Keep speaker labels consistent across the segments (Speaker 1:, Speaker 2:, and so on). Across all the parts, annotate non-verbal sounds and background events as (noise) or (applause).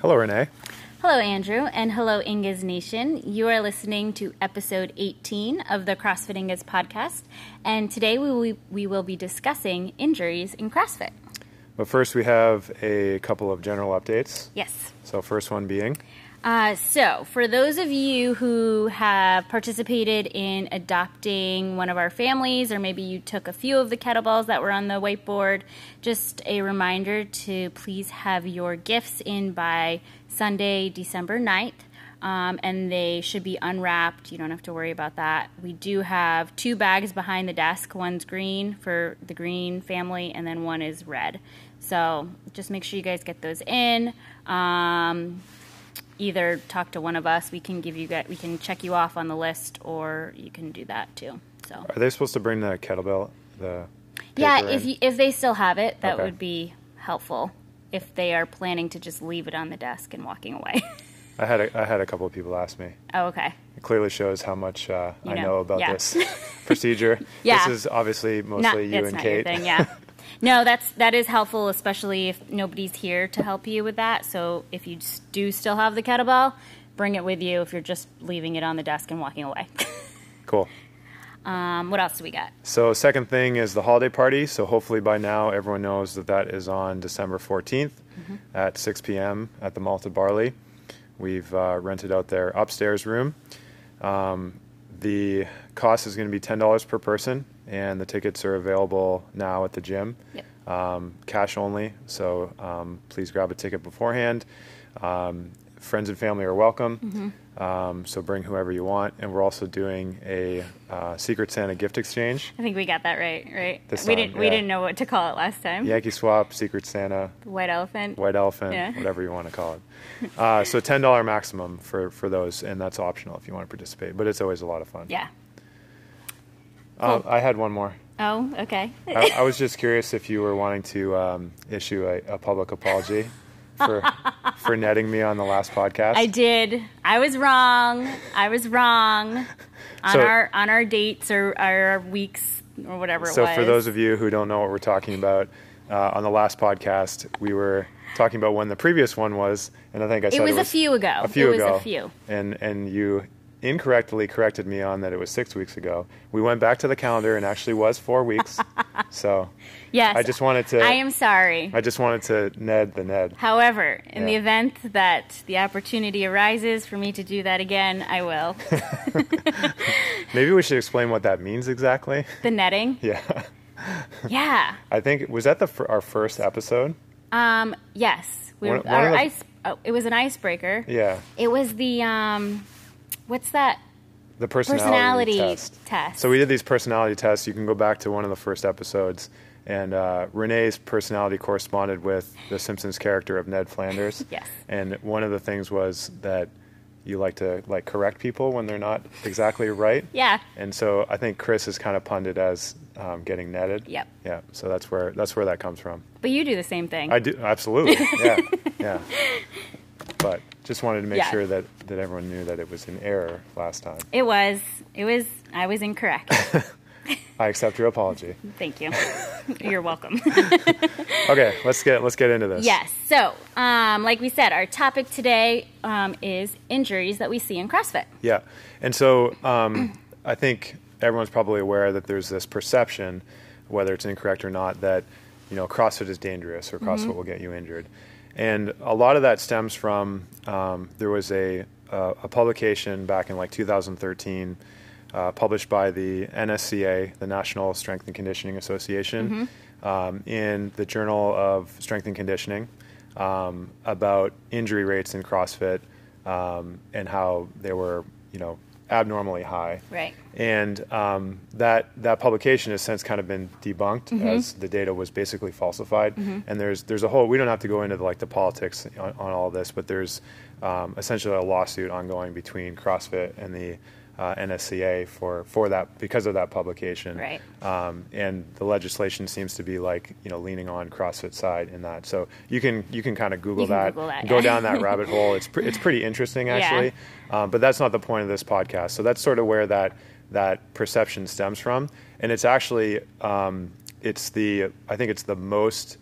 Speaker 1: Hello, Renee.
Speaker 2: Hello, Andrew, and hello, Ingas Nation. You are listening to episode 18 of the CrossFit Ingas podcast, and today we will, we will be discussing injuries in CrossFit.
Speaker 1: But first, we have a couple of general updates.
Speaker 2: Yes.
Speaker 1: So, first one being
Speaker 2: Uh, so, for those of you who have participated in adopting one of our families, or maybe you took a few of the kettlebells that were on the whiteboard, just a reminder to please have your gifts in by Sunday, December 9th. Um, and they should be unwrapped. You don't have to worry about that. We do have two bags behind the desk. One's green for the green family, and then one is red. So just make sure you guys get those in. Um, either talk to one of us. We can give you gu- we can check you off on the list, or you can do that too. So
Speaker 1: are they supposed to bring the kettlebell? The
Speaker 2: yeah,
Speaker 1: paper
Speaker 2: if
Speaker 1: in?
Speaker 2: you, if they still have it, that
Speaker 1: Okay.
Speaker 2: would be helpful. If they are planning to just leave it on the desk and walking away. (laughs)
Speaker 1: I had a, I had a couple of people ask me.
Speaker 2: oh, okay.
Speaker 1: It clearly shows how much uh,
Speaker 2: You
Speaker 1: I
Speaker 2: know,
Speaker 1: know about
Speaker 2: yeah. (laughs)
Speaker 1: this procedure.
Speaker 2: Yeah.
Speaker 1: This is obviously
Speaker 2: Not,
Speaker 1: mostly you
Speaker 2: that's
Speaker 1: and
Speaker 2: not
Speaker 1: Kate.
Speaker 2: your
Speaker 1: (laughs)
Speaker 2: thing. Yeah. No, that's that is helpful, especially if nobody's here to help you with that. So if you s- do still have the kettlebell, bring it with you. If you're just leaving it on the desk and walking away, (laughs)
Speaker 1: Cool.
Speaker 2: um, what else do we got?
Speaker 1: So, second thing is the holiday party. So, hopefully by now everyone knows that that is on December 14th at 6 p.m. at the Malted Barley. We've uh, rented out their upstairs room. Um, the cost is going to be $10 per person, and the tickets are available now at the gym.
Speaker 2: Yep.
Speaker 1: Um, cash only, so um, please grab a ticket beforehand. Um, friends and family are welcome. Um, so bring whoever you want, and we're also doing a uh, Secret Santa gift exchange.
Speaker 2: I think we got that right, right?
Speaker 1: This
Speaker 2: we
Speaker 1: time,
Speaker 2: didn't we
Speaker 1: yeah.
Speaker 2: didn't know what to call it last time.
Speaker 1: Yankee Swap, Secret Santa,
Speaker 2: The White elephant.
Speaker 1: White Elephant,
Speaker 2: Yeah.
Speaker 1: whatever you want to call it. Uh, so ten dollar maximum for for those, and that's optional if you want to participate. But it's always a lot of fun.
Speaker 2: Yeah.
Speaker 1: Uh, I had one more.
Speaker 2: Oh, okay.
Speaker 1: I, I was just curious if you were wanting to um, issue a, a public apology
Speaker 2: (laughs)
Speaker 1: for for netting me on the last podcast.
Speaker 2: I did. I was wrong. I was wrong on
Speaker 1: So-
Speaker 2: our on our dates or our weeks or whatever it
Speaker 1: So
Speaker 2: was.
Speaker 1: for those of you who don't know what we're talking about, uh, on the last podcast we were talking about when the previous one was, and I think I said
Speaker 2: was a few ago.
Speaker 1: A few
Speaker 2: It was a
Speaker 1: ago.
Speaker 2: few.
Speaker 1: And and you incorrectly corrected me on that it was six weeks ago. We went back to the calendar and actually was four
Speaker 2: (laughs)
Speaker 1: weeks. so
Speaker 2: yes,
Speaker 1: I just wanted to.
Speaker 2: I am sorry.
Speaker 1: I just wanted to Ned the Ned.
Speaker 2: However, in the
Speaker 1: Yeah.
Speaker 2: event that the opportunity arises for me to do that again, I
Speaker 1: (laughs)
Speaker 2: will.
Speaker 1: Maybe we should explain what that means exactly. (laughs)
Speaker 2: the netting.
Speaker 1: Yeah,
Speaker 2: Yeah.
Speaker 1: I think was that the fir- our first episode.
Speaker 2: Um. Yes. We,
Speaker 1: One- one
Speaker 2: our
Speaker 1: of the-
Speaker 2: ice. Oh, it was an icebreaker.
Speaker 1: Yeah,
Speaker 2: It was the um. What's that?
Speaker 1: the personality,
Speaker 2: personality
Speaker 1: test.
Speaker 2: test.
Speaker 1: So we did these personality tests. You can go back to one of the first episodes, and uh, Renee's personality corresponded with the Simpsons character of Ned Flanders.
Speaker 2: (laughs) Yes.
Speaker 1: And one of the things was that you like to like correct people when they're not exactly right.
Speaker 2: Yeah.
Speaker 1: And so I think Chris is kind of punted as um, getting netted.
Speaker 2: Yep.
Speaker 1: Yeah. So that's where that's where that comes from.
Speaker 2: But you do the same thing.
Speaker 1: I do
Speaker 2: (laughs)
Speaker 1: absolutely. Yeah. yeah. But just wanted to make
Speaker 2: Yeah.
Speaker 1: sure that, that everyone knew that it was an error last time.
Speaker 2: It was. It was. I was incorrect.
Speaker 1: (laughs) I accept your apology. (laughs)
Speaker 2: Thank you. You're welcome.
Speaker 1: Okay, let's get let's get into this.
Speaker 2: yes. So, um, like we said, our topic today um, is injuries that we see in CrossFit.
Speaker 1: Yeah. And so um, I think everyone's probably aware that there's this perception, whether it's incorrect or not, that you know CrossFit is dangerous or CrossFit will get you injured, and a lot of that stems from um, there was a uh, a publication back in like 2013. Uh, published by the NSCA, the National Strength and Conditioning Association, um, in the Journal of Strength and Conditioning, um, about injury rates in CrossFit um, and how they were, you know, abnormally high.
Speaker 2: Right.
Speaker 1: And um, that that publication has since kind of been debunked
Speaker 2: Mm-hmm.
Speaker 1: as the data was basically falsified. And there's there's a whole we don't have to go into like the politics on, on all this, but there's um, essentially a lawsuit ongoing between CrossFit and the uh, NSCA for for that because of that publication.
Speaker 2: Right.
Speaker 1: Um, and the legislation seems to be like you know leaning on CrossFit side in that. So you can you can kind of Google
Speaker 2: You can
Speaker 1: that,
Speaker 2: Google that,
Speaker 1: go
Speaker 2: yeah.
Speaker 1: down that rabbit hole. It's pre- it's pretty interesting
Speaker 2: Yeah.
Speaker 1: actually. Um, but that's not the point of this podcast. So that's sort of where that that perception stems from, and it's actually um, it's the I think it's the most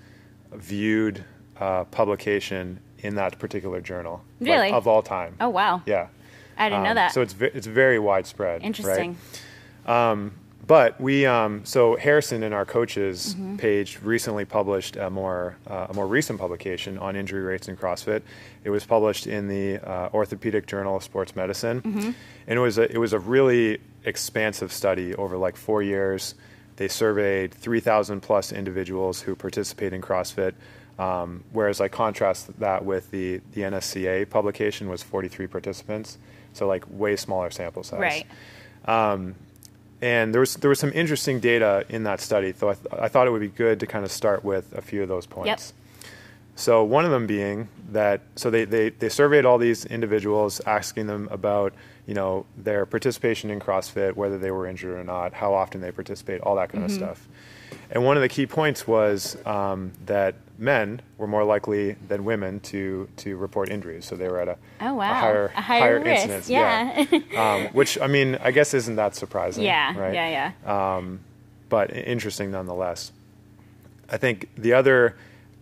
Speaker 1: viewed uh, publication in that particular journal. like,
Speaker 2: Really?
Speaker 1: of all time.
Speaker 2: Oh wow.
Speaker 1: Yeah.
Speaker 2: I didn't know
Speaker 1: Um,
Speaker 2: that.
Speaker 1: So it's ve- it's very widespread. right?
Speaker 2: interesting.
Speaker 1: But we, um, so Harrison in our coaches page recently published a more uh, a more recent publication on injury rates in CrossFit. It was published in the uh, Orthopedic Journal of Sports Medicine, and it was a, it was a really expansive study over like four years. They surveyed 3,000 plus individuals who participate in CrossFit. Um, whereas I contrast that with the the NSCA publication was 43 participants, so like way smaller sample size
Speaker 2: Right.
Speaker 1: and there was there was some interesting data in that study. So I, th- I thought it would be good to kind of start with a few of those points. So one of them being that so they, they they surveyed all these individuals, asking them about you know their participation in CrossFit, whether they were injured or not, how often they participate, all that
Speaker 2: Mm-hmm.
Speaker 1: kind of stuff. And one of the key points was um, that men were more likely than women to to report injuries. So they were at a,
Speaker 2: Oh
Speaker 1: a
Speaker 2: wow.
Speaker 1: higher
Speaker 2: risk.
Speaker 1: incidence.
Speaker 2: Yeah. Yeah.
Speaker 1: (laughs) um, which I mean, I guess isn't that surprising?
Speaker 2: yeah.
Speaker 1: right? Uh,
Speaker 2: Yeah. Yeah.
Speaker 1: but i- interesting nonetheless. I think the other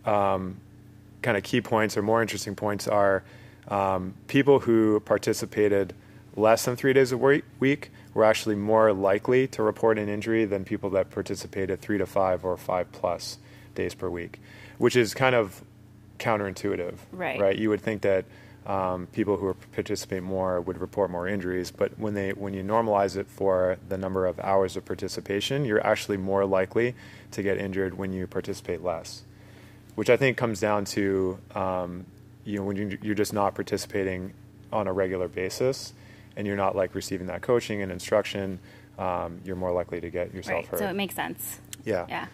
Speaker 1: um, kind of key points or more interesting points are um, people who participated less than three days a wee- week were actually more likely to report an injury than people that participated three to five or five plus days per week, which is kind of counterintuitive,
Speaker 2: Right.
Speaker 1: Right? You would think that um, people who participate more would report more injuries, but when they when you normalize it for the number of hours of participation, you're actually more likely to get injured when you participate less, which I think comes down to um, you know when you- you're just not participating on a regular basis, and you're not like receiving that coaching and instruction. Um, you're more likely to get yourself
Speaker 2: Right.
Speaker 1: hurt.
Speaker 2: So it makes sense. Yeah.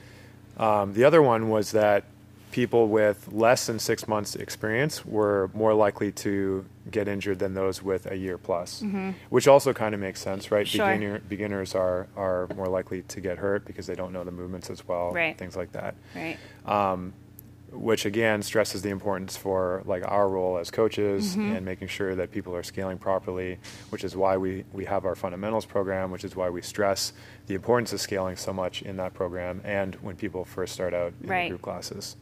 Speaker 1: Um, the other one was that people with less than six months experience were more likely to get injured than those with a year plus, which also kind of makes sense, right?
Speaker 2: Mm-hmm. Sure.
Speaker 1: Beginner, beginners are, are more likely to get hurt because they don't know the movements as well,
Speaker 2: Right.
Speaker 1: things like that,
Speaker 2: Right.
Speaker 1: which again stresses the importance for like our role as coaches and making sure that people are scaling properly, which is why we, we have our fundamentals program, which is why we stress the importance of scaling so much in that program and when people first start out in
Speaker 2: Right.
Speaker 1: the group classes.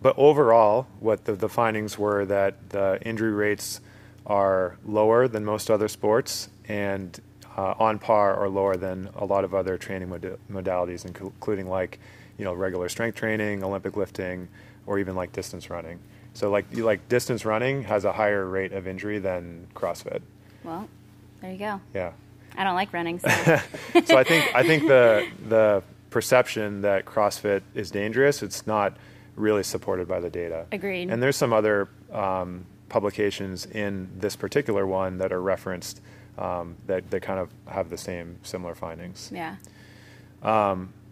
Speaker 1: But overall, what the, the findings were that the injury rates are lower than most other sports and uh, on par or lower than a lot of other training mod- modalities, inclu- including like you know regular strength training, Olympic lifting, or even like distance running. So like you- like distance running has a higher rate of injury than CrossFit.
Speaker 2: well, there you go.
Speaker 1: Yeah.
Speaker 2: I don't like
Speaker 1: (laughs)
Speaker 2: running. So.
Speaker 1: so I think I think the the perception that CrossFit is dangerous, it's not really supported by the data.
Speaker 2: Agreed.
Speaker 1: And there's some other um, publications in this particular one that are referenced um, that that kind of have the same similar findings.
Speaker 2: yeah.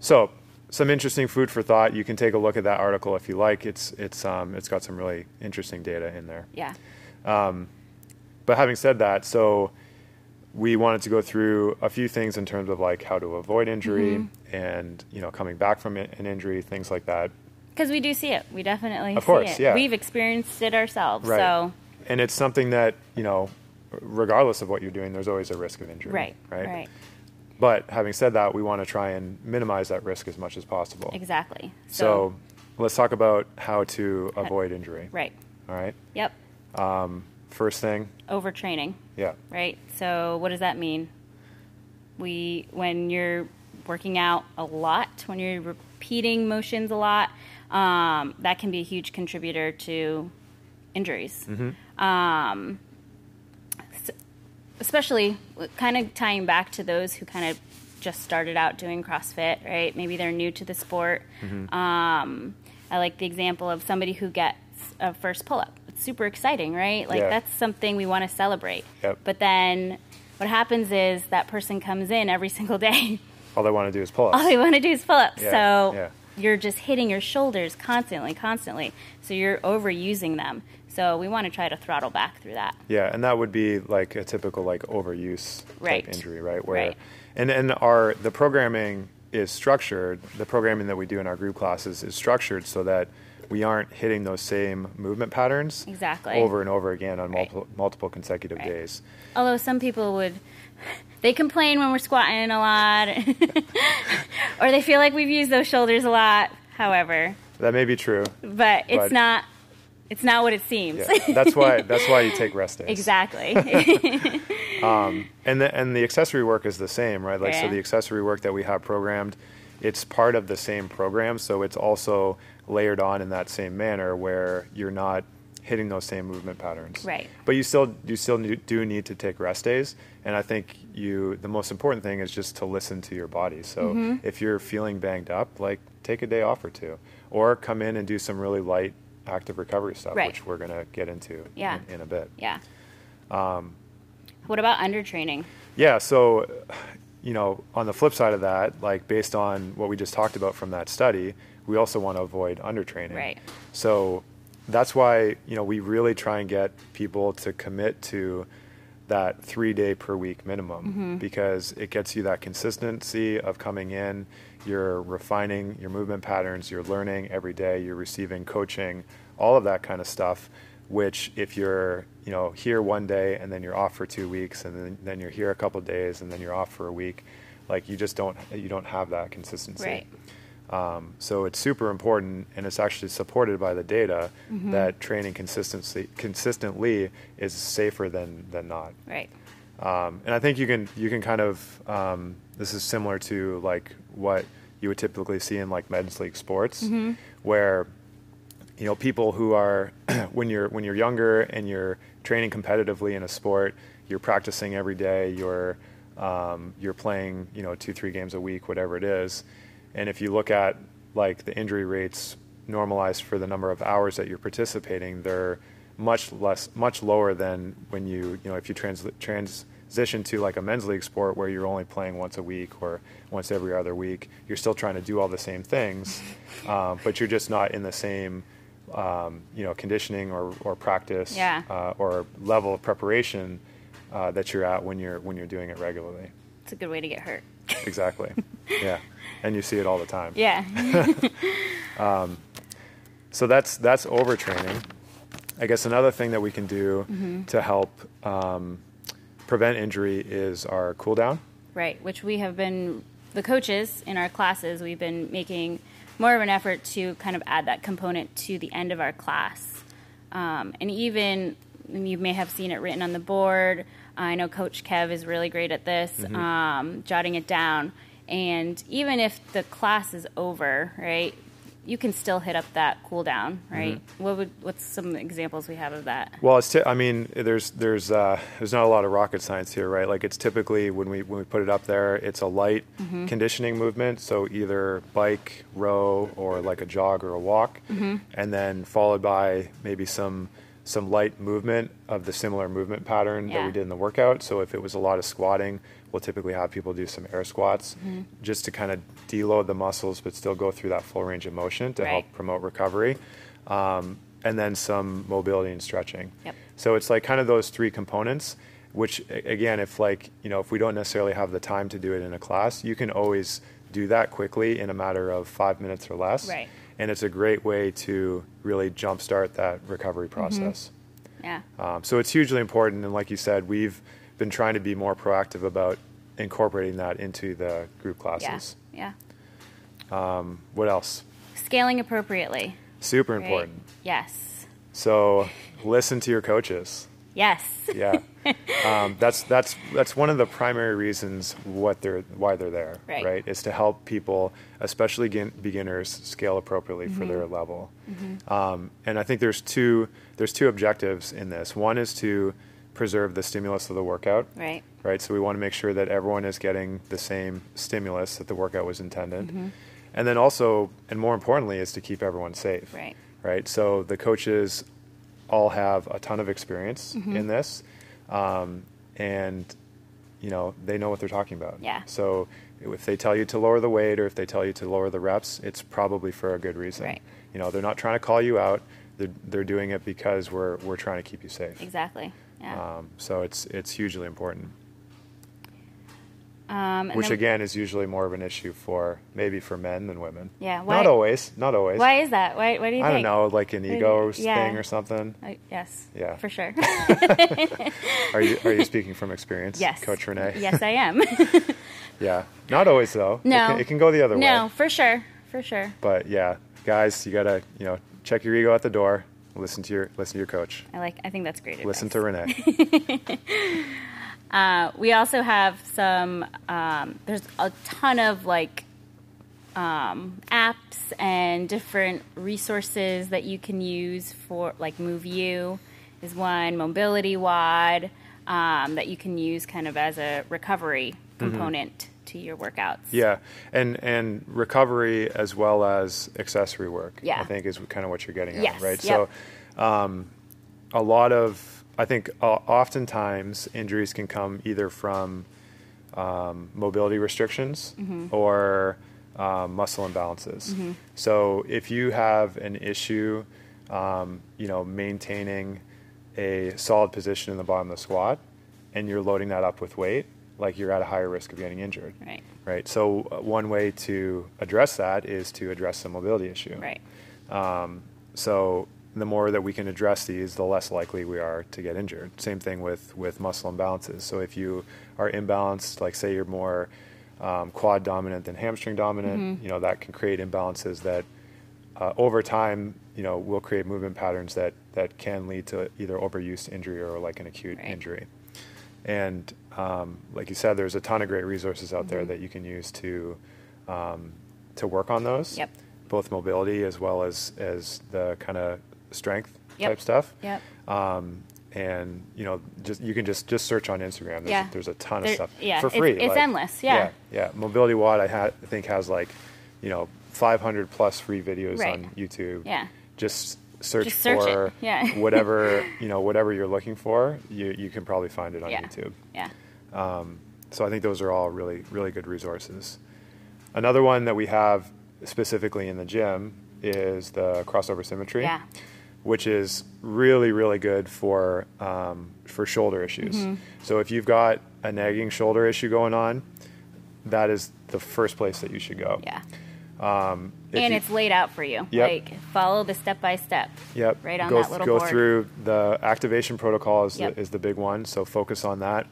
Speaker 1: So some interesting food for thought. You can take a look at that article if you like. It's it's um, it's got some really interesting data in there.
Speaker 2: Yeah.
Speaker 1: But having said that, so we wanted to go through a few things in terms of like how to avoid injury
Speaker 2: Mm-hmm.
Speaker 1: and you know coming back from i- an injury, things like that.
Speaker 2: Because we do see it. We definitely
Speaker 1: Of
Speaker 2: see
Speaker 1: course,
Speaker 2: it.
Speaker 1: yeah.
Speaker 2: We've experienced it ourselves.
Speaker 1: Right.
Speaker 2: So,
Speaker 1: And it's something that you know, regardless of what you're doing, there's always a risk of injury.
Speaker 2: right,
Speaker 1: Right.
Speaker 2: right.
Speaker 1: But having said that, we want to try and minimize that risk as much as possible.
Speaker 2: Exactly.
Speaker 1: So, let's talk about how to avoid injury.
Speaker 2: right.
Speaker 1: All right.
Speaker 2: Yep.
Speaker 1: First thing,
Speaker 2: Overtraining,
Speaker 1: yeah.
Speaker 2: right? So, what does that mean? We, when you're working out a lot, when you're repeating motions a lot, um, that can be a huge contributor to injuries. Um, especially kind of tying back to those who kind of just started out doing CrossFit, right? Maybe they're new to the sport. Um, I like the example of somebody who gets a first pull up. It's super exciting, right? Like
Speaker 1: Yeah.
Speaker 2: that's something we want to celebrate.
Speaker 1: Yep.
Speaker 2: But then what happens is that person comes in every (laughs) single day.
Speaker 1: All they want to do is pull ups.
Speaker 2: All they want to do is pull ups.
Speaker 1: Yeah,
Speaker 2: So
Speaker 1: yeah.
Speaker 2: you're just hitting your shoulders constantly, constantly. So you're overusing them. So we want to try to throttle back through that.
Speaker 1: Yeah, and that would be like a typical like overuse
Speaker 2: Right.
Speaker 1: type injury, right? Where
Speaker 2: Right.
Speaker 1: and and our the programming is structured. The programming that we do in our group classes is structured so that we aren't hitting those same movement patterns
Speaker 2: Exactly.
Speaker 1: over and over again on
Speaker 2: Right.
Speaker 1: multiple multiple consecutive
Speaker 2: Right.
Speaker 1: days.
Speaker 2: Although some people would, (sighs) they complain when we're squatting (laughs) a lot, or they feel like we've used those shoulders a lot. However,
Speaker 1: That may be
Speaker 2: (laughs)
Speaker 1: true.
Speaker 2: but it's
Speaker 1: But-
Speaker 2: not it's not what it seems.
Speaker 1: Yeah. that's why that's why you take rest days.
Speaker 2: (laughs) exactly.
Speaker 1: And the and the accessory work is the same, right? Like so
Speaker 2: Yeah.
Speaker 1: the accessory work that we have programmed, it's part of the same program, so it's also layered on in that same manner where you're not hitting those same movement patterns.
Speaker 2: Right.
Speaker 1: But you still you still ne- do need to take rest days, and I think you the most important thing is just to listen to your body. So
Speaker 2: Mm-hmm.
Speaker 1: if you're feeling banged up, like take a day off or two or come in and do some really light active recovery stuff,
Speaker 2: Right.
Speaker 1: which we're going to get into
Speaker 2: Yeah.
Speaker 1: in, in a bit.
Speaker 2: yeah. Um, what about undertraining?
Speaker 1: Yeah, so you know, on the flip side of that, like based on what we just talked about from that study, we also want to avoid undertraining.
Speaker 2: Right.
Speaker 1: So that's why, you know, we really try and get people to commit to that 3-day per week minimum because it gets you that consistency of coming in, you're refining your movement patterns, you're learning every day, you're receiving coaching, all of that kind of stuff which if you're you know here one day and then you're off for two weeks and then, then you're here a couple days and then you're off for a week like you just don't you don't have that consistency
Speaker 2: Right.
Speaker 1: um, so it's super important and it's actually supported by the data that training consistency consistently is safer than than not
Speaker 2: Right.
Speaker 1: um, and I think you can you can kind of um, this is similar to like what you would typically see in like men's league sports, where you know people who are (clears throat) when you're when you're younger and you're training competitively in a sport, you're practicing every day, you're um, you're playing you know two three games a week, whatever it is, and if you look at like the injury rates normalized for the number of hours that you're participating, they're much less, much lower than when you, you know, if you trans- transition to like a men's league sport where you're only playing once a week or once every other week, you're still trying to do all the same things, um, but you're just not in the same, um, you know, conditioning or, or practice
Speaker 2: Yeah.
Speaker 1: uh, or level of preparation uh, that you're at when you're when you're doing it regularly.
Speaker 2: It's a good way to get hurt.
Speaker 1: Exactly. yeah, and you see it all the time.
Speaker 2: Yeah.
Speaker 1: So that's that's overtraining. I guess another thing that we can do to help um, prevent injury is our cool down.
Speaker 2: right. Which we have been the coaches in our classes, we've been making more of an effort to kind of add that component to the end of our class. Um, and even and you may have seen it written on the board. I know Coach Kev is really great at this, um, jotting it down. And even if the class is over, right, you can still hit up that cool down, right? What would what's some examples we have of that?
Speaker 1: Well, it's ti- I mean, there's there's uh, there's not a lot of rocket science here, right? Like it's typically when we when we put it up there, it's a light
Speaker 2: Mm-hmm.
Speaker 1: conditioning movement, so either bike, row, or like a jog or a walk,
Speaker 2: Mm-hmm.
Speaker 1: and then followed by maybe some some light movement of the similar movement pattern that
Speaker 2: Yeah.
Speaker 1: we did in the workout. So if it was a lot of squatting, we'll typically have people do some air squats
Speaker 2: Mm-hmm.
Speaker 1: just to kind of deload the muscles, but still go through that full range of motion to help
Speaker 2: Right.
Speaker 1: promote recovery, um, and then some mobility and stretching.
Speaker 2: Yep.
Speaker 1: So it's like kind of those three components. Which a- again, if like you know, if we don't necessarily have the time to do it in a class, you can always do that quickly in a matter of five minutes or less.
Speaker 2: Right.
Speaker 1: And it's a great way to really jumpstart that recovery
Speaker 2: Mm-hmm.
Speaker 1: process.
Speaker 2: Yeah.
Speaker 1: Um, so it's hugely important, and like you said, we've been trying to be more proactive about incorporating that into the group
Speaker 2: Yeah.
Speaker 1: classes.
Speaker 2: Yeah.
Speaker 1: What else?
Speaker 2: Scaling appropriately.
Speaker 1: Super
Speaker 2: right?
Speaker 1: important.
Speaker 2: Yes.
Speaker 1: So listen to your coaches.
Speaker 2: Yes.
Speaker 1: Yeah, um, that's that's that's one of the primary reasons what they're why they're there.
Speaker 2: Right.
Speaker 1: is to help people, especially gin- beginners, scale appropriately for their
Speaker 2: Mm-hmm.
Speaker 1: level. Um, and I think there's two there's two objectives in this. One is to preserve the stimulus of the workout.
Speaker 2: (laughs) Right.
Speaker 1: right? So we want to make sure that everyone is getting the same stimulus that the workout was intended.
Speaker 2: Mm-hmm.
Speaker 1: And then also, and more importantly, is to keep everyone safe.
Speaker 2: Right.
Speaker 1: Right. So the coaches all have a ton of experience
Speaker 2: Mm-hmm.
Speaker 1: in this, um, and you know they know what they're talking about.
Speaker 2: Yeah.
Speaker 1: So if they tell you to lower the weight or if they tell you to lower the reps, it's probably for a good reason.
Speaker 2: Right.
Speaker 1: You know, they're not trying to call you out. They're, they're doing it because we're we're trying to keep you safe.
Speaker 2: Exactly. Yeah.
Speaker 1: Um, so it's it's hugely important
Speaker 2: Um, and
Speaker 1: Uh, which
Speaker 2: then-
Speaker 1: again is usually more of an issue for maybe for men than women.
Speaker 2: Yeah, why-
Speaker 1: not always. Not always.
Speaker 2: Why is that? Why? Why do you
Speaker 1: I don't
Speaker 2: think?
Speaker 1: know, like an
Speaker 2: do you-
Speaker 1: ego
Speaker 2: yeah.
Speaker 1: thing or something.
Speaker 2: I- yes.
Speaker 1: Yeah.
Speaker 2: For
Speaker 1: (laughs)
Speaker 2: sure.
Speaker 1: Are you are you speaking from experience?
Speaker 2: (laughs) yes.
Speaker 1: Coach Renee.
Speaker 2: Yes, I am.
Speaker 1: (laughs) Yeah. Not always though. It
Speaker 2: No.
Speaker 1: can, it can go the other
Speaker 2: no,
Speaker 1: way.
Speaker 2: for sure. For sure.
Speaker 1: But yeah, guys, you gotta you know check your ego at the door. Listen to your listen to your coach.
Speaker 2: I like. I think that's great.
Speaker 1: Listen
Speaker 2: advice.
Speaker 1: to Renee.
Speaker 2: Uh, we also have some. Um, there's a ton of like um, apps and different resources that you can use for like MoveU is one, Mobility Wad um, that you can use kind of as a recovery component to your workouts.
Speaker 1: Mm-hmm. Yeah, and and recovery as well as accessory work.
Speaker 2: Yeah.
Speaker 1: I think is kind of what you're getting
Speaker 2: Yes,
Speaker 1: at, right?
Speaker 2: yep.
Speaker 1: So, um, a lot of I think uh, oftentimes injuries can come either from um, mobility restrictions
Speaker 2: Mm-hmm.
Speaker 1: or um, muscle imbalances. So if you have an issue, um, you know, maintaining a solid position in the bottom of the squat, and you're loading that up with weight, like you're at a higher risk of getting injured
Speaker 2: Right.
Speaker 1: right? So uh, one way to address that is to address the mobility issue.
Speaker 2: Right.
Speaker 1: So the more that we can address these, the less likely we are to get injured. Same thing with with muscle imbalances. So if you are imbalanced, like say you're more um, quad dominant than hamstring dominant,
Speaker 2: Mm-hmm.
Speaker 1: you know that can create imbalances that uh, over time, you know, will create movement patterns that that can lead to either overuse injury or like an acute
Speaker 2: Right.
Speaker 1: injury. And um, like you said, there's a ton of great resources out
Speaker 2: Mm-hmm.
Speaker 1: there that you can use to um, to work on those.
Speaker 2: Yep.
Speaker 1: Both mobility as well as as the kind of strength
Speaker 2: Yep.
Speaker 1: type stuff.
Speaker 2: Yep.
Speaker 1: Um, and you know, just you can just just search on Instagram. There's,
Speaker 2: Yeah.
Speaker 1: there's a ton
Speaker 2: There-
Speaker 1: of stuff
Speaker 2: yeah,
Speaker 1: for
Speaker 2: it's-
Speaker 1: free.
Speaker 2: it's endless, yeah.
Speaker 1: Yeah. Mobility Wad, I, ha- I think has like, you know, 500 plus free videos
Speaker 2: Right.
Speaker 1: on YouTube.
Speaker 2: Yeah.
Speaker 1: Just search,
Speaker 2: Just search it,
Speaker 1: for
Speaker 2: yeah. (laughs)
Speaker 1: whatever you know, whatever you're looking for. You you can probably find it on
Speaker 2: yeah.
Speaker 1: YouTube.
Speaker 2: Yeah.
Speaker 1: So I think those are all really, really good resources. Another one that we have specifically in the gym is the crossover symmetry,
Speaker 2: Yeah.
Speaker 1: which is really, really good for um, for shoulder issues.
Speaker 2: Mm-hmm.
Speaker 1: So if you've got a nagging shoulder issue going on, that is the first place that you should go.
Speaker 2: Yeah.
Speaker 1: If
Speaker 2: and
Speaker 1: you-
Speaker 2: it's laid out for you.
Speaker 1: Yep.
Speaker 2: Like follow the step by step.
Speaker 1: Yep.
Speaker 2: Right on
Speaker 1: go,
Speaker 2: that little
Speaker 1: go
Speaker 2: board.
Speaker 1: through the activation protocol is,
Speaker 2: Yep.
Speaker 1: the, is the big one. So focus on that.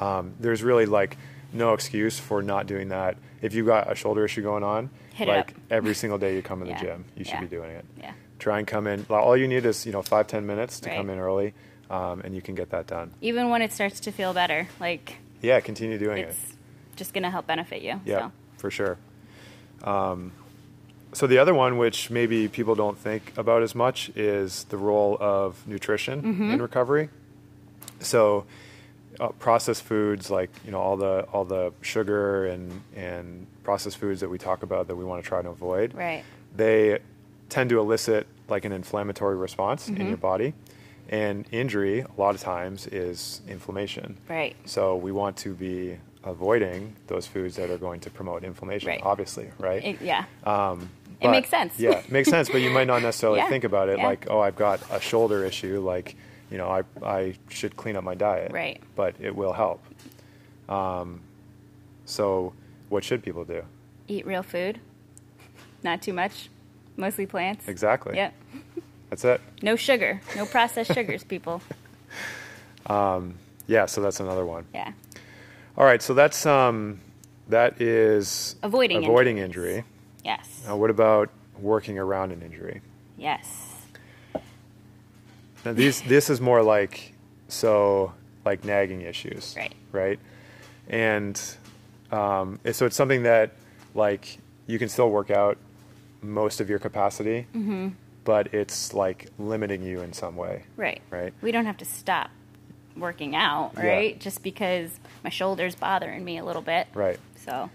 Speaker 1: Um, there's really like no excuse for not doing that. If you've got a shoulder issue going on,
Speaker 2: Hit it
Speaker 1: like
Speaker 2: up.
Speaker 1: every single day you come in
Speaker 2: Yeah.
Speaker 1: the gym, you should
Speaker 2: Yeah.
Speaker 1: be doing it.
Speaker 2: Yeah.
Speaker 1: Try and come in. All you need is you know five ten minutes to
Speaker 2: Right.
Speaker 1: come in early, um, and you can get that done.
Speaker 2: Even when it starts to feel better, like
Speaker 1: Yeah, continue doing it.
Speaker 2: it's just going to help benefit you.
Speaker 1: Yeah,
Speaker 2: So.
Speaker 1: for sure. Um, so the other one, which maybe people don't think about as much, is the role of nutrition
Speaker 2: Mm-hmm.
Speaker 1: in recovery. So uh, processed foods, like you know all the all the sugar and and processed foods that we talk about that we want to try to avoid,
Speaker 2: Right.
Speaker 1: they tend to elicit like an inflammatory response
Speaker 2: Mm-hmm.
Speaker 1: in your body. And injury, a lot of times, is inflammation.
Speaker 2: Right.
Speaker 1: So we want to be avoiding those foods that are going to promote inflammation,
Speaker 2: Right.
Speaker 1: obviously, right?
Speaker 2: It, yeah.
Speaker 1: Uh, But-
Speaker 2: makes sense.
Speaker 1: yeah, it makes sense, but you
Speaker 2: (laughs)
Speaker 1: might not necessarily
Speaker 2: Yeah,
Speaker 1: think about it
Speaker 2: yeah.
Speaker 1: like, oh, I've got a shoulder issue, like, you know, I, I should clean up my diet.
Speaker 2: Right.
Speaker 1: But it will help. Um, so what should people do?
Speaker 2: Eat real food. Not too much. Mostly plants.
Speaker 1: Exactly.
Speaker 2: Yep.
Speaker 1: That's it.
Speaker 2: No sugar. No processed sugars, (laughs) people.
Speaker 1: Yeah, so that's another one.
Speaker 2: Yeah.
Speaker 1: All right, so that's um, that is
Speaker 2: Avoiding
Speaker 1: avoiding
Speaker 2: injuries.
Speaker 1: injury.
Speaker 2: Yes.
Speaker 1: Now, what about working around an injury?
Speaker 2: Yes.
Speaker 1: Now, these this is more like so like nagging issues,
Speaker 2: Right.
Speaker 1: Right, and um, it- so it's something that like you can still work out most of your capacity, but it's like limiting you in some way.
Speaker 2: Right.
Speaker 1: Right.
Speaker 2: We don't have to stop working out,
Speaker 1: Yeah.
Speaker 2: right? Just because my shoulder's bothering me a little bit.
Speaker 1: Right.
Speaker 2: So,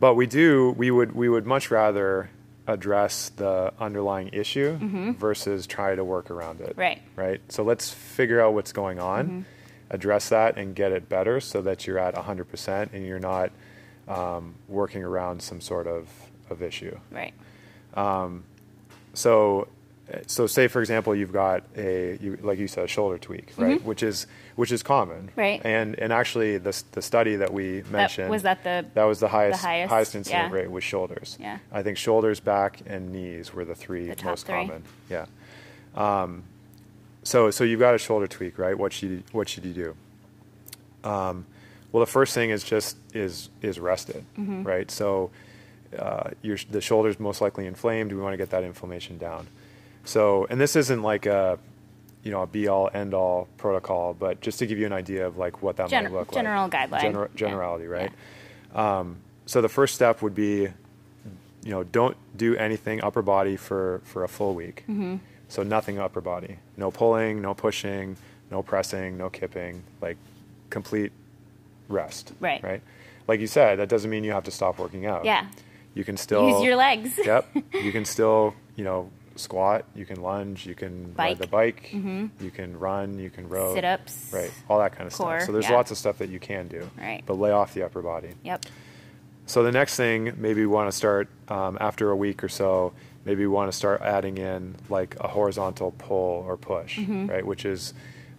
Speaker 1: But we do. We would. We would much rather address the underlying issue versus try to work around it.
Speaker 2: Right.
Speaker 1: Right. So let's figure out what's going on, address that, and get it better so that you're at 100 percent and you're not um, working around some sort of of issue.
Speaker 2: right.
Speaker 1: So. eh, So say for example you've got a you, like you said a shoulder tweak right which is which is common
Speaker 2: Mm-hmm. Right.
Speaker 1: and and actually the s- the study that we mentioned
Speaker 2: was that the-
Speaker 1: that was the highest
Speaker 2: highest,
Speaker 1: highest, incident
Speaker 2: yeah.
Speaker 1: rate was shoulders.
Speaker 2: Yeah.
Speaker 1: I think shoulders, back, and knees were the three
Speaker 2: The top
Speaker 1: most
Speaker 2: three.
Speaker 1: common. Yeah. Um, so so you've got a shoulder tweak, right? What should you, what should you do? Um,
Speaker 2: Mm-hmm.
Speaker 1: well, the first thing is just is is rested, right? So uh, your, the shoulder's most likely inflamed. We want to get that inflammation down. So, and this isn't like a, you know, a be all end all protocol, but just to give you an idea of like what that
Speaker 2: Gen-
Speaker 1: might look
Speaker 2: general
Speaker 1: like.
Speaker 2: guideline.
Speaker 1: Gener-
Speaker 2: Yeah.
Speaker 1: generality, right? Um, so the first step would be, you know, don't do anything upper body for, for a full week.
Speaker 2: Mm-hmm.
Speaker 1: So nothing upper body, no pulling, no pushing, no pressing, no kipping, like complete rest.
Speaker 2: Right.
Speaker 1: Right. Like you said, that doesn't mean you have to stop working out.
Speaker 2: Yeah.
Speaker 1: You can still
Speaker 2: Use your legs.
Speaker 1: (laughs) yep. You can still, you know, squat, you can lunge, you can
Speaker 2: Bike. Mm-hmm.
Speaker 1: ride the bike, you can run, you can row.
Speaker 2: Sit-ups.
Speaker 1: Right. All that kind of
Speaker 2: Core,
Speaker 1: stuff. So there's
Speaker 2: yeah.
Speaker 1: lots of stuff that you can do.
Speaker 2: Right.
Speaker 1: But lay off the upper body.
Speaker 2: (laughs) Yep.
Speaker 1: So the next thing, maybe you want to start um, after a week or so. Maybe you want to start adding in like a horizontal pull or push,
Speaker 2: Mm-hmm.
Speaker 1: right? Which is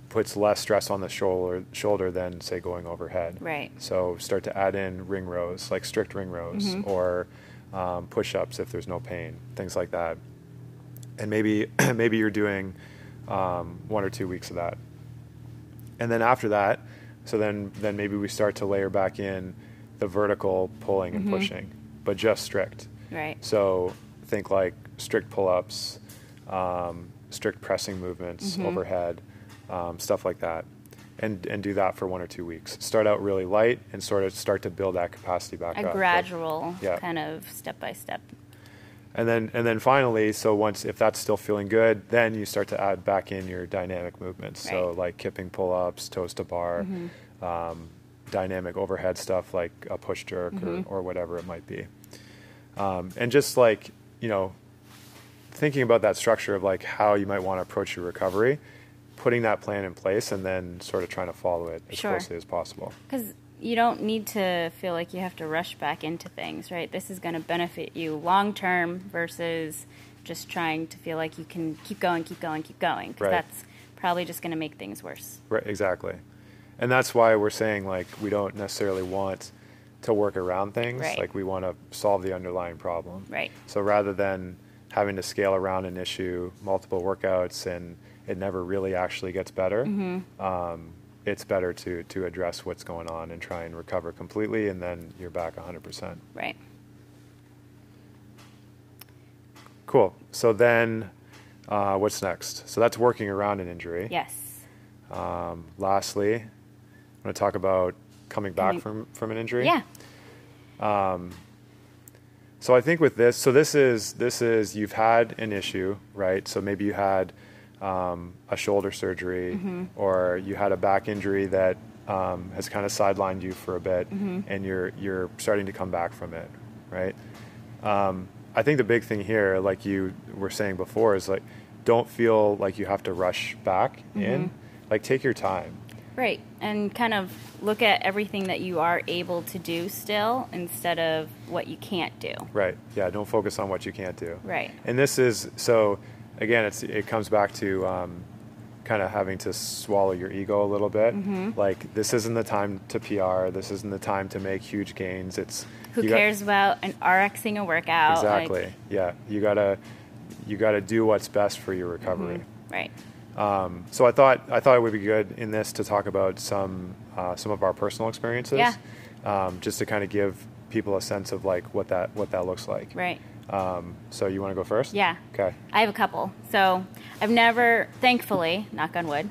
Speaker 1: puts less stress on the shoulder shoulder than say going overhead.
Speaker 2: Right.
Speaker 1: So start to add in ring rows, like strict ring rows, or um, push ups if there's no pain, things like that. And maybe (clears throat) maybe you're doing um, one or two weeks of that and then after that, so then then maybe we start to layer back in the vertical pulling and pushing, but just strict.
Speaker 2: Right.
Speaker 1: So think like strict pull-ups, um, strict pressing movements
Speaker 2: Mm-hmm.
Speaker 1: overhead, um, stuff like that, and and do that for one or two weeks. Start out really light and sort of start to build that capacity back
Speaker 2: A
Speaker 1: up.
Speaker 2: gradual
Speaker 1: Yeah.
Speaker 2: kind of step by step.
Speaker 1: And then and then finally, so once if that's still feeling good, then you start to add back in your dynamic movements. So
Speaker 2: Right. Mm-hmm.
Speaker 1: like kipping pull ups, toes to bar, um, dynamic overhead stuff like a push jerk
Speaker 2: Mm-hmm.
Speaker 1: or, or whatever it might be. Um, and just like you know, thinking about that structure of like how you might want to approach your recovery, putting that plan in place, and then sort of trying to follow it as
Speaker 2: Sure.
Speaker 1: closely as possible.
Speaker 2: Because you don't need to feel like you have to rush back into things, right? This is going to benefit you long term versus just trying to feel like you can keep going, keep going, keep going. 'cause
Speaker 1: Right.
Speaker 2: that's probably just going to make things worse.
Speaker 1: Right, exactly. And that's why we're saying like we don't necessarily want to work around things.
Speaker 2: Right.
Speaker 1: Like we want to solve the underlying problem.
Speaker 2: Right.
Speaker 1: So rather than having to scale around an issue, multiple workouts, and it never really actually gets better,
Speaker 2: Mm-hmm.
Speaker 1: um, it's better to to address what's going on and try and recover completely, and then you're back 100 percent.
Speaker 2: Right.
Speaker 1: Cool. So then, uh, what's next? So that's working around an injury.
Speaker 2: Yes.
Speaker 1: Um, lastly, I'm going to talk about coming back
Speaker 2: Coming-
Speaker 1: from from an injury.
Speaker 2: Yeah.
Speaker 1: So I think with this, so this is this is you've had an issue, right? So maybe you had um, a shoulder surgery, or you had a back injury that um, has kind of sidelined you for a bit, and you're you're starting to come back from it, right? Um, I think the big thing here, like you were saying before, is like don't feel like you have to rush back in. Like take your time.
Speaker 2: Right. And kind of look at everything that you are able to do still instead of what you can't do.
Speaker 1: Right. Yeah. Don't focus on what you can't do.
Speaker 2: Right.
Speaker 1: And this is so. Again, it's it comes back to um, kind of having to swallow your ego a little bit.
Speaker 2: Mm-hmm.
Speaker 1: Like this isn't the time to PR. This isn't the time to make huge gains. It's
Speaker 2: Who
Speaker 1: you got-
Speaker 2: cares about an RXing a workout? like-
Speaker 1: exactly. yeah. You gotta you gotta do what's best for your recovery.
Speaker 2: right.
Speaker 1: So I thought I thought it would be good in this to talk about some uh, some of our personal experiences.
Speaker 2: Yeah.
Speaker 1: Um, just to kind of give people a sense of like what that what that looks like.
Speaker 2: Right.
Speaker 1: Um, so you want to go first?
Speaker 2: Yeah.
Speaker 1: Okay. (laughs)
Speaker 2: I have a couple. So I've never, thankfully, knock on wood,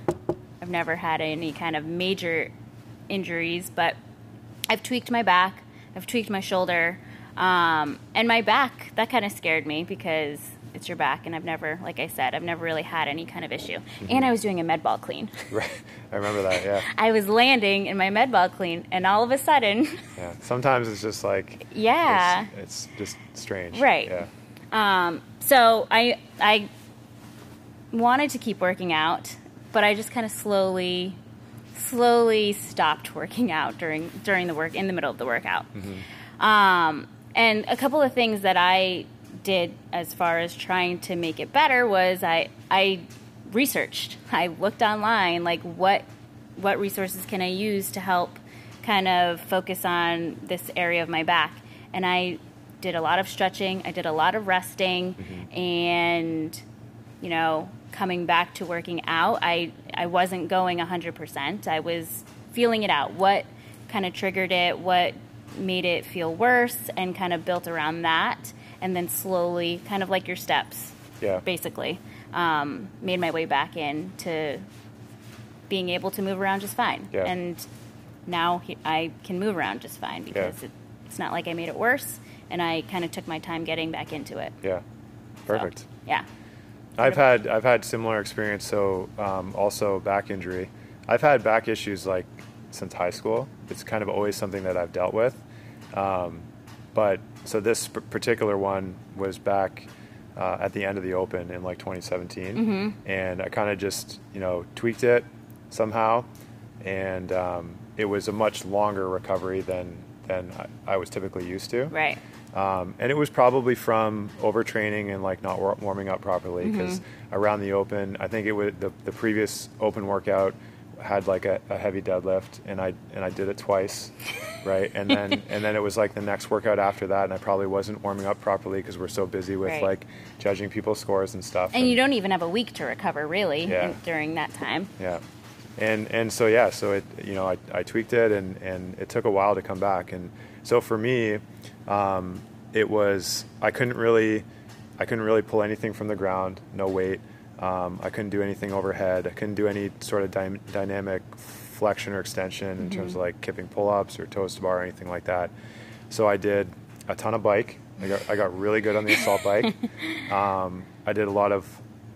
Speaker 2: I've never had any kind of major injuries, but I've tweaked my back, I've tweaked my shoulder, um, and my back, that kind of scared me because it's your back, and I've never, like I said, I've never really had any kind of issue. And I was doing a med ball clean. (laughs)
Speaker 1: Right. I remember that. Yeah.
Speaker 2: I was landing in my med ball clean, and all of a sudden, (laughs)
Speaker 1: Yeah. Sometimes it's just like
Speaker 2: yeah.
Speaker 1: It's, it's just strange.
Speaker 2: Right.
Speaker 1: Yeah.
Speaker 2: so I I wanted to keep working out, but I just kind of slowly slowly stopped working (laughs) out during during the work in the middle of the workout. Um, and a couple of things that I did as far as trying to make it better was I I researched. I looked online like what what resources can I use to help kind of focus on this area of my back. And I did a lot of stretching, I did a lot of resting and you know, coming back to working out, I I wasn't going 100%. I was feeling it out. What kind of triggered it? What made it feel worse and kind of built around that. And then slowly, kind of like your steps,
Speaker 1: Yeah.
Speaker 2: basically, um, made my way back in to being able to move around just fine.
Speaker 1: Yeah.
Speaker 2: And now he, I can move around just fine because it, it's not like I made it worse. And I kind of took my time getting back into it.
Speaker 1: Yeah.
Speaker 2: So,
Speaker 1: Perfect.
Speaker 2: yeah.
Speaker 1: I've had I've had similar experience. So um, also back injury. I've had back issues like since high school. It's kind of always something that I've dealt with. Um, but so this p- particular one was back uh, at the end of the Open in like 2017, and I kind of just you know tweaked it somehow, and um, it was a much longer recovery than than I, I was typically used to.
Speaker 2: Right.
Speaker 1: Um, and it was probably from overtraining and like not wor- warming up properly
Speaker 2: Mm-hmm.
Speaker 1: because around the open, I think it would the, the previous open workout had like a, a heavy deadlift, and I and I did it twice, right? And
Speaker 2: (laughs)
Speaker 1: then and then it was like the next workout after that, and I probably wasn't warming up properly because we're so busy with
Speaker 2: Right.
Speaker 1: like judging people's scores and stuff.
Speaker 2: And you don't even have a week to recover, really,
Speaker 1: Yeah.
Speaker 2: in- during that time.
Speaker 1: Yeah. And and so yeah, so it you know I, I tweaked it and and it took a while to come back and so for me, um, it was I couldn't really I couldn't really pull anything from the ground, no weight. Um, I couldn't do anything overhead. I couldn't do any sort of dy- dynamic flexion or extension in terms of like kipping pull ups or toes to bar or anything like that. So I did a ton of bike. I got, I got really good on the assault bike. Um, I did a lot of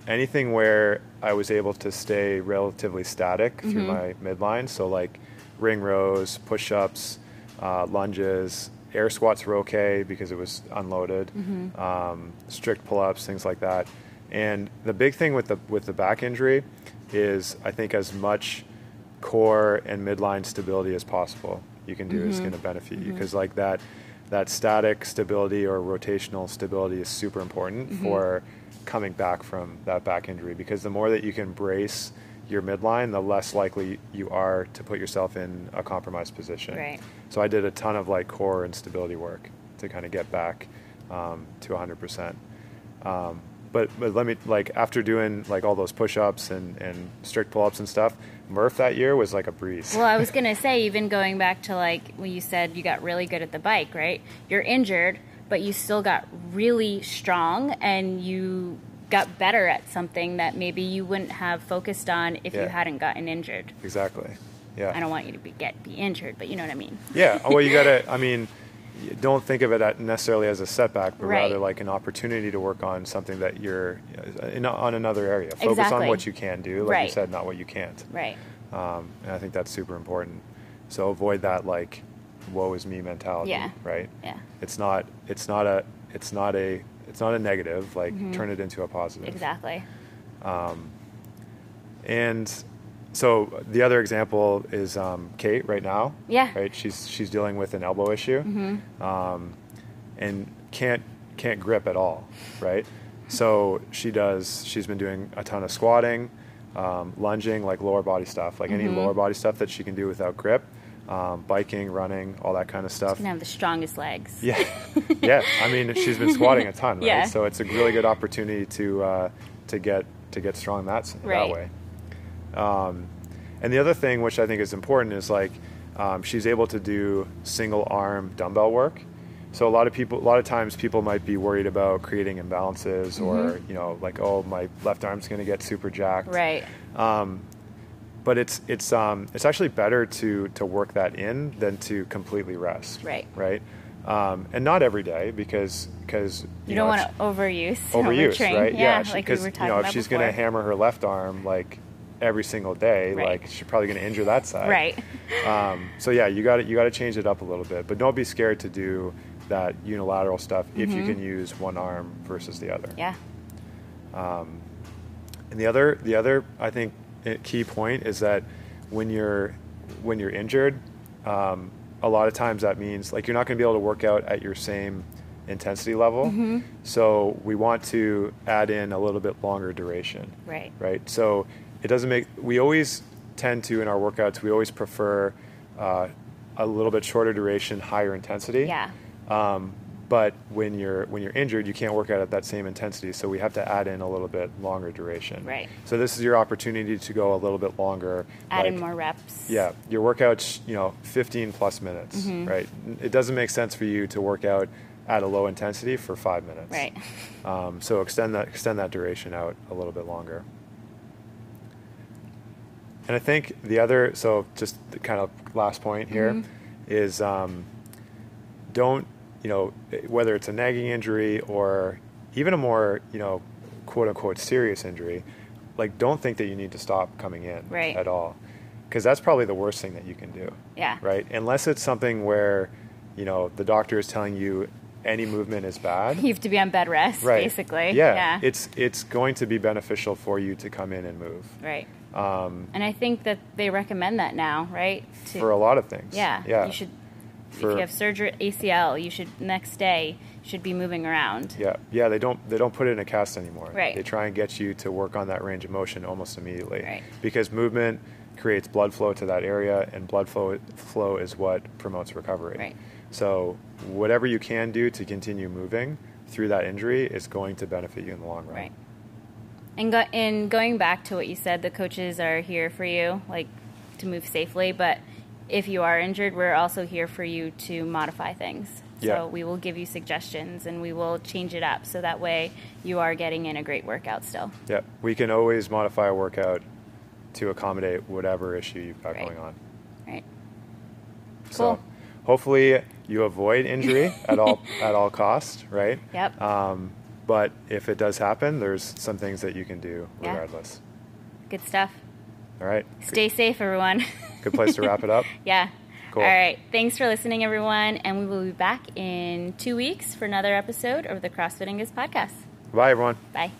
Speaker 1: anything where I was able to stay relatively static through my midline. So like ring rows, push ups, uh, lunges, air squats were okay because it was unloaded. Um, strict pull ups, things like that. And the big thing with the with the back injury is I think as much core and midline stability as possible you can do is going to benefit you because like that that static stability or rotational stability is super important for coming back from that back injury because the more that you can brace your midline the less likely you are to put yourself in a compromised position
Speaker 2: Right.
Speaker 1: so i did a ton of like core and stability work to kind of get back um, to 100% but, but let me like after doing like all those push-ups and, and strict pull-ups and stuff murph that year was like a breeze
Speaker 2: Well, I was going to say, even going back to like when you said you got really good at the bike, right? You're injured, but you still got really strong and you got better at something that maybe you wouldn't have focused on if you
Speaker 1: Yeah.
Speaker 2: hadn't gotten injured.
Speaker 1: exactly yeah
Speaker 2: I don't want you to be, get be injured, but you know what I mean.
Speaker 1: yeah Oh, well you gotta i mean y- don't think of it at- necessarily as a setback but
Speaker 2: Right.
Speaker 1: rather like an opportunity to work on something that you're uh, in, on another area focus
Speaker 2: Exactly.
Speaker 1: on what you can do like
Speaker 2: Right.
Speaker 1: you said not what you can't
Speaker 2: Right.
Speaker 1: um, and i think that's super important so avoid that like woe is me mentality
Speaker 2: Yeah.
Speaker 1: right
Speaker 2: Yeah.
Speaker 1: it's not it's not a it's not a it's not a negative like
Speaker 2: Mm-hmm.
Speaker 1: turn it into a positive
Speaker 2: Exactly.
Speaker 1: And so the other example is um, Kate right now.
Speaker 2: Yeah.
Speaker 1: Right. She's she's dealing with an elbow issue, um, and can't can't grip at all. Right. So she does. She's been doing a ton of squatting, um, lunging, like lower body stuff, like any lower body stuff that she can do without grip. Um, biking, running, all that kind of stuff.
Speaker 2: And have the strongest (laughs) legs.
Speaker 1: Yeah, yeah. I mean, she's been squatting a
Speaker 2: (laughs)
Speaker 1: ton, right?
Speaker 2: Yeah.
Speaker 1: So it's a really good opportunity to uh, to get to get strong that s-
Speaker 2: Right.
Speaker 1: that way. Um, and the other thing, which I think is important, is like um, she's able to do single arm dumbbell work. So a lot of people, a lot of times, people might be worried about creating imbalances, or
Speaker 2: Mm-hmm.
Speaker 1: you know, like oh, my left arm's going to get super jacked,
Speaker 2: Right.
Speaker 1: but it's it's um, it's actually better to to work that in than to completely rest.
Speaker 2: Right.
Speaker 1: Right. Um, and not every day because because you,
Speaker 2: You,
Speaker 1: know,
Speaker 2: don't want
Speaker 1: if-
Speaker 2: to overuse,
Speaker 1: overuse,
Speaker 2: overtrain.
Speaker 1: right?
Speaker 2: Yeah,
Speaker 1: she-
Speaker 2: like we were talking
Speaker 1: you know if
Speaker 2: about
Speaker 1: she's
Speaker 2: before.
Speaker 1: gonna hammer her left arm like every single day,
Speaker 2: Right.
Speaker 1: like she's probably gonna injure that side.
Speaker 2: right,
Speaker 1: Um, so yeah, you got to you got to change it up a little bit, but don't be scared to do that unilateral stuff if
Speaker 2: Mm-hmm.
Speaker 1: you can use one arm versus the other.
Speaker 2: yeah,
Speaker 1: And the other, the other, I think, eh, key point is that when you're when you're injured, um, a lot of times that means like you're not going to be able to work out at your same intensity level. So we want to add in a little bit longer duration
Speaker 2: right,
Speaker 1: right? So it doesn't make. We always tend to in our workouts. We always prefer uh, a little bit shorter duration, higher intensity.
Speaker 2: Yeah.
Speaker 1: Um, But when you're when you're injured, you can't work out at that same intensity. So we have to add in a little bit longer duration.
Speaker 2: Right.
Speaker 1: So this is your opportunity to go a little bit longer.
Speaker 2: Add in
Speaker 1: like-
Speaker 2: more reps.
Speaker 1: yeah, your workout's you know 15 plus minutes, right? It doesn't make sense for you to work out at a low intensity for five minutes,
Speaker 2: Right.
Speaker 1: Um, so extend that extend that duration out a little bit longer. And I think the other, so just the kind of last point here is um, don't, you know, whether it's a nagging injury or even a more, you know, quote unquote serious injury, like don't think that you need to stop coming in
Speaker 2: Right.
Speaker 1: at all. Because that's probably the worst thing that you can do.
Speaker 2: Yeah.
Speaker 1: Right? Unless it's something where, you know, the doctor is telling you any movement is
Speaker 2: (laughs)
Speaker 1: bad
Speaker 2: You have to be on bed rest,
Speaker 1: right.
Speaker 2: basically.
Speaker 1: Yeah.
Speaker 2: yeah.
Speaker 1: It's it's going to be beneficial for you to come in and move
Speaker 2: right. Um, and I think that they recommend that now, right? To-
Speaker 1: for a lot of things.
Speaker 2: yeah.
Speaker 1: Yeah.
Speaker 2: You should. if
Speaker 1: For-
Speaker 2: you have surgery ACL, you should next day should be moving around.
Speaker 1: Yeah. Yeah. They don't they don't put it in a cast anymore.
Speaker 2: Right.
Speaker 1: They try and get you to work on that range of motion almost immediately.
Speaker 2: Right.
Speaker 1: Because movement creates blood flow to that area and blood flow flow is what promotes recovery.
Speaker 2: Right.
Speaker 1: So whatever you can do to continue moving through that injury is going to benefit you in the long run.
Speaker 2: Right. And go, and going back to what you said, the coaches are here for you, like to move safely. But if you are injured, we're also here for you to modify things.
Speaker 1: Yeah.
Speaker 2: So we will give you suggestions and we will change it up so that way you are getting in a great workout still.
Speaker 1: Yeah. We can always modify a workout to accommodate whatever issue you've got
Speaker 2: Right.
Speaker 1: going on.
Speaker 2: Right.
Speaker 1: So
Speaker 2: Cool.
Speaker 1: hopefully you avoid
Speaker 2: (laughs)
Speaker 1: injury at all at all costs, right?
Speaker 2: Yep.
Speaker 1: Um, but if it does happen, there's some things that you can do
Speaker 2: Yeah.
Speaker 1: regardless.
Speaker 2: Good stuff.
Speaker 1: All right.
Speaker 2: Stay safe, everyone. (laughs)
Speaker 1: Good place to wrap it up.
Speaker 2: yeah.
Speaker 1: Cool.
Speaker 2: All right. Thanks for listening, everyone. And we will be back in two weeks for another episode of the CrossFitting is podcast.
Speaker 1: Bye, everyone.
Speaker 2: Bye.